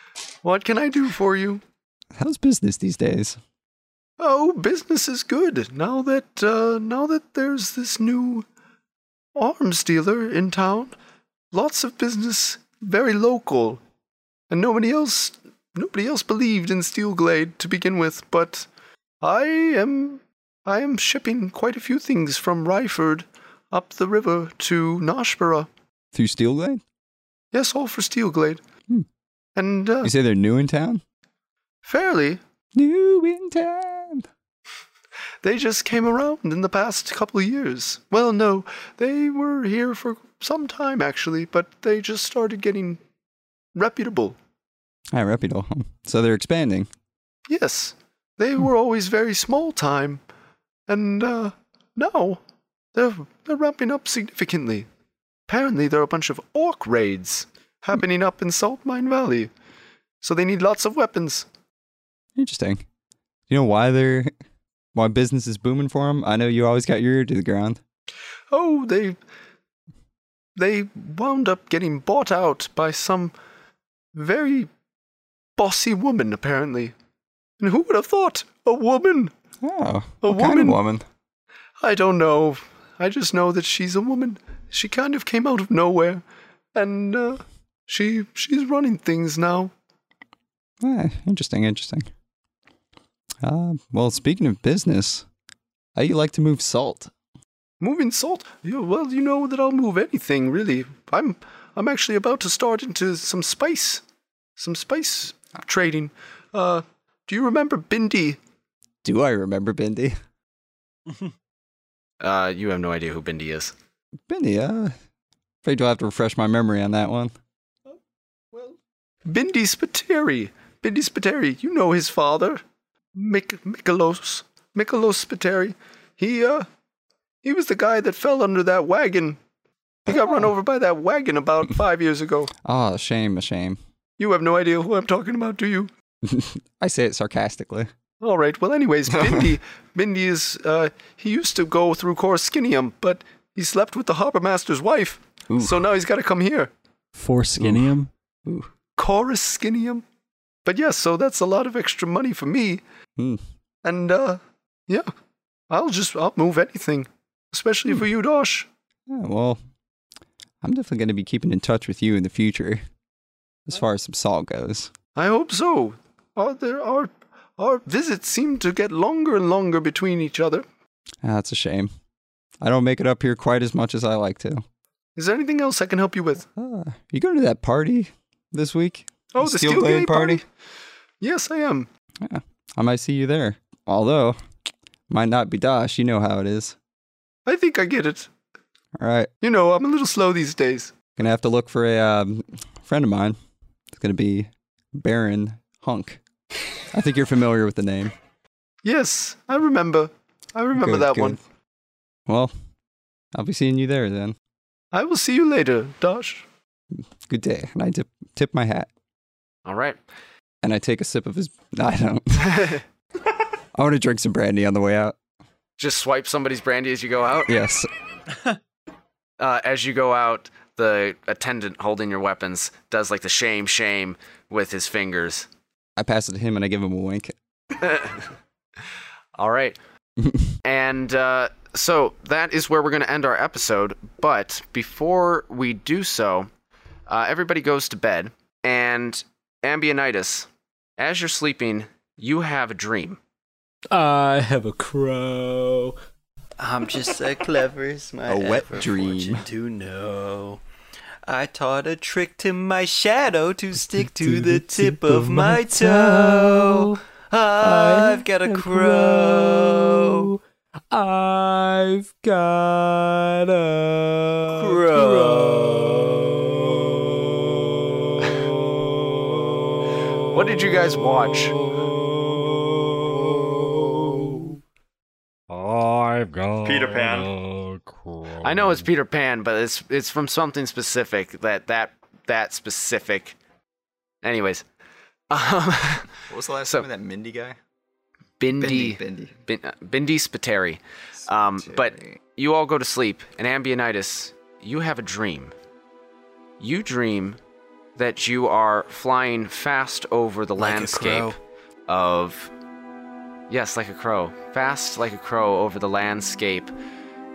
what can I do for you?
How's business these days?
Oh, business is good now that uh, now that there's this new arms dealer in town. Lots of business, very local, and nobody else nobody else believed in Steel Glade to begin with. But I am I am shipping quite a few things from Ryford up the river to Noshborough.
Through Steel Glade?
Yes, all for Steel Glade. And uh,
You say they're new in town?
fairly,
New in town.
They just came around in the past couple of years. Well, no, they were here for some time actually, but they just started getting reputable.
Ah, reputable. Hmm. So they're expanding.
Yes, they were always very small time, and uh, now they're they're ramping up significantly. Apparently, there are a bunch of orc raids happening up in Salt Mine Valley, so they need lots of weapons.
Interesting. You know why they're why business is booming for them? I know you always got your ear to the ground.
Oh, they they wound up getting bought out by some very bossy woman, apparently. And who would have thought? A woman.
Oh,
a
what kind of woman?
I don't know. I just know that she's a woman. She kind of came out of nowhere, and uh, she she's running things now.
Ah, interesting, interesting. Uh, well, speaking of business, how you like to move salt?
Moving salt? Yeah, well, you know that I'll move anything, really. I'm I'm actually about to start into some spice, some spice trading. Uh, do you remember Bindi?
Do I remember Bindi?
Uh, you have no idea who Bindi is.
Bindi, uh, afraid you'll have to refresh my memory on that one.
Bindi Spiteri. Bindi Spiteri, you know his father, Mik- Mikolos. Mikolos Spiteri. He, uh, he was the guy that fell under that wagon. He got run over by that wagon about five years ago.
Oh, a shame, a shame.
You have no idea who I'm talking about, do you?
I say it sarcastically.
All right. Well, anyways, Bindi, Bindi is, uh, he used to go through Coruscinium, but he slept with the harbor master's wife.
Ooh.
So now he's got to come here.
Foreskinium?
Coruscinium? But yeah, so that's a lot of extra money for me.
Hmm.
And uh yeah, I'll just I'll move anything, especially for you, Dosh.
Yeah, well, I'm definitely going to be keeping in touch with you in the future as far as some salt goes.
I hope so. Our, there, our, our visits seem to get longer and longer between each other.
Ah, that's a shame. I don't make it up here quite as much as I like to.
Is there anything else I can help you with?
You going to that party this week?
Oh, the Steel Glade party? Yes, I am.
Yeah, I might see you there. Although, might not be Dash. You know how it is.
I think I get it.
All right.
You know, I'm a little slow these days.
Gonna have to look for a um, friend of mine. It's gonna be Baron Hunk. I think you're familiar with the name.
Yes, I remember. I remember
Good,
that
good.
one.
Well, I'll be seeing you there then.
I will see you later, Dash.
Good day. And I dip, tip my hat
All right.
and I take a sip of his. No, I don't. I want to drink some brandy on the way out.
Just swipe somebody's brandy as you go out.
Yes.
Uh, as you go out, the attendant holding your weapons does like the shame, shame with his fingers.
I pass it to him and I give him a wink.
All right. and uh, so that is where we're going to end our episode. But before we do so, uh, everybody goes to bed. And Ambionitis, as you're sleeping, you have a dream.
I have a crow.
I'm just the cleverest my
A wet
ever
dream.
fortune to know. I taught a trick to my shadow to stick to the tip of my toe. I've got a crow.
I've got a
What did you guys watch?
I've got
Peter Pan.
I know it's Peter Pan, but it's it's from something specific that that that specific. Anyways, um,
What was the last
So-
time that Mindy guy?
Bindi
Bindi.
Bin- uh, Bindi Spiteri. Um, but you all go to sleep, and Ambionitis, you have a dream. You dream that you are flying fast over the
Like a
landscape
crow.
of. Yes, like a crow. Fast like a crow over the landscape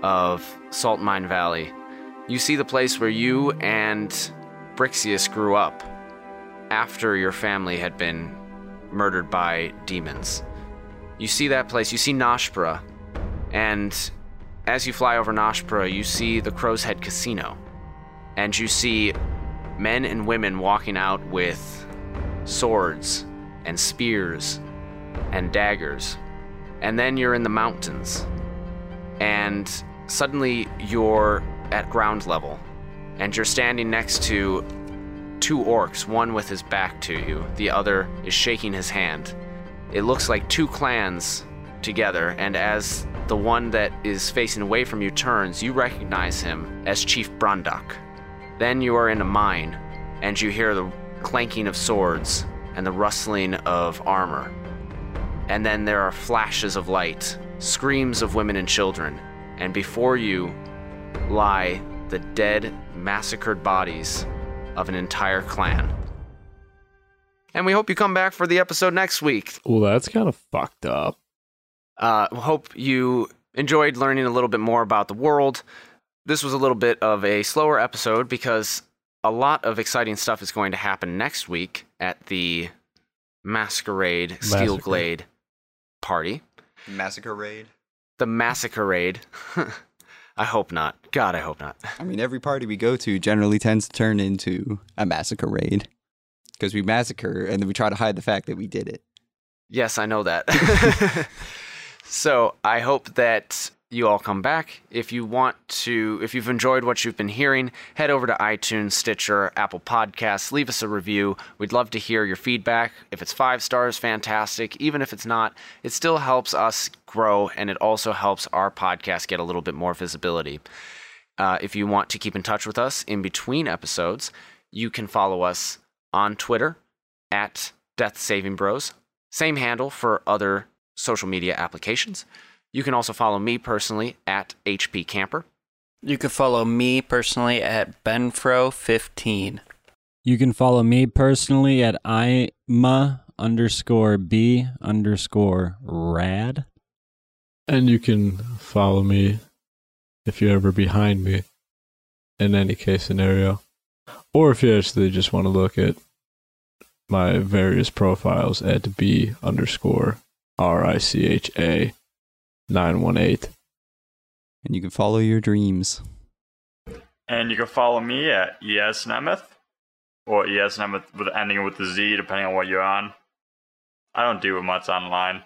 of Salt Mine Valley. You see the place where you and Brixius grew up after your family had been murdered by demons. You see that place, you see Noshpra, and as you fly over Noshpra, you see the Crow's Head Casino. And you see men and women walking out with swords and spears and daggers. And then you're in the mountains. And suddenly you're at ground level. And you're standing next to two orcs, one with his back to you, the other is shaking his hand. It looks like two clans together, and as the one that is facing away from you turns, you recognize him as Chief Brondok. Then you are in a mine, and you hear the clanking of swords and the rustling of armor. And then there are flashes of light, screams of women and children, and before you lie the dead, massacred bodies of an entire clan. And we hope you come back for the episode next week.
Well, that's kind of fucked up.
Uh, hope you enjoyed learning a little bit more about the world. This was a little bit of a slower episode because a lot of exciting stuff is going to happen next week at the Masquerade Steel
Massacre.
Glade party.
Massacre raid.
The Massacrade. I hope not. God, I hope not.
I mean, every party we go to generally tends to turn into a massacre raid because we massacre and then we try to hide the fact that we did it.
Yes, I know that. so I hope that you all come back. If you want to, if you've enjoyed what you've been hearing, head over to iTunes, Stitcher, Apple Podcasts, leave us a review. We'd love to hear your feedback. If it's five stars, fantastic. Even if it's not, it still helps us grow and it also helps our podcast get a little bit more visibility. Uh, if you want to keep in touch with us in between episodes, you can follow us on Twitter at Death Saving Bros. Same handle for other social media applications. You can also follow me personally at HP Camper.
You can follow me personally at Benfro15.
You can follow me personally at Ima underscore B underscore rad.
And you can follow me if you're ever behind me in any case scenario. Or if you actually just want to look at my various profiles at B underscore R I C H A 918.
And you can follow your dreams.
And you can follow me at ESNemeth or ESNemeth with ending with the Z, depending on what you're on. I don't do much online.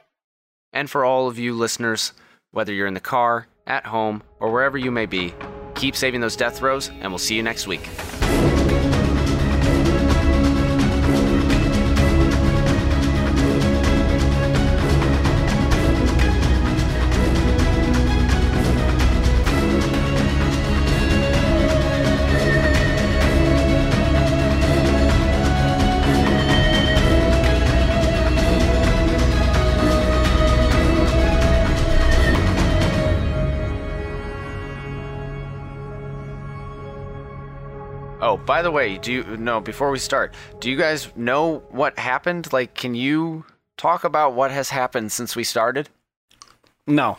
And for all of you listeners, whether you're in the car, at home, or wherever you may be, keep saving those death throws, and we'll see you next week. Oh, by the way, do you no before we start, do you guys know what happened? Like can you talk about what has happened since we started?
No.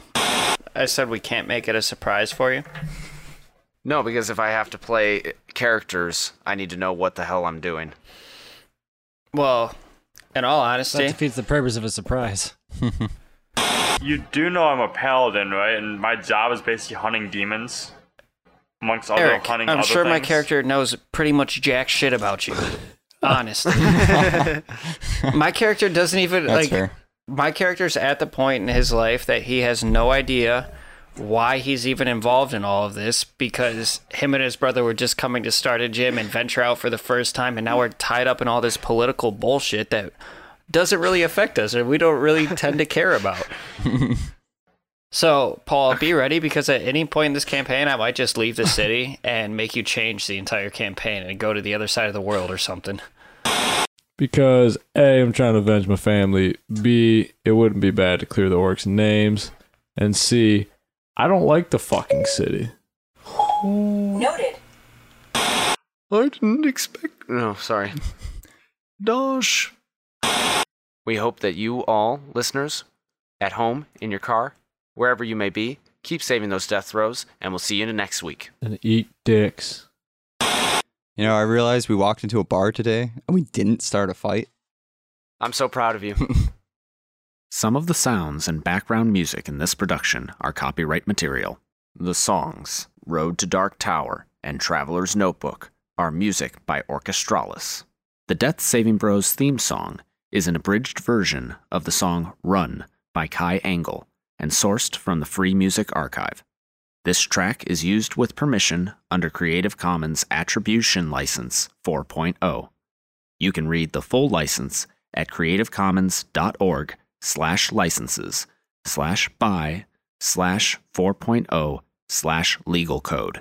I said we can't make it a surprise for you.
No, because if I have to play characters, I need to know what the hell I'm doing.
Well, in all honesty,
that defeats the purpose of a surprise.
you do know I'm a paladin, right? And my job is basically hunting demons. Amongst other
Eric,
hunting
I'm
other
sure my
things.
character knows pretty much jack shit about you. Honestly. my character doesn't even
That's
like
fair.
my character's at the point in his life that he has no idea why he's even involved in all of this because him and his brother were just coming to start a gym and venture out for the first time and now we're tied up in all this political bullshit that doesn't really affect us and we don't really tend to care about. So, Paul, be ready because at any point in this campaign, I might just leave the city and make you change the entire campaign and go to the other side of the world or something.
Because A, I'm trying to avenge my family. B, it wouldn't be bad to clear the orcs' names. And C, I don't like the fucking city.
Noted.
I didn't expect.
No, sorry.
Dosh.
We hope that you all, listeners, at home, in your car, wherever you may be, keep saving those death throws, and we'll see you in the next week.
And eat dicks.
You know, I realized we walked into a bar today and we didn't start a fight.
I'm so proud of you.
Some of the sounds and background music in this production are copyright material. The songs Road to Dark Tower and Traveler's Notebook are music by Orchestralis. The Death Saving Bros theme song is an abridged version of the song Run by Kai Angle and sourced from the Free Music Archive. This track is used with permission under Creative Commons Attribution License oh. 4.0. You can read the full license at creativecommons.org slash licenses oh slash buy slash 4.0 slash legal code.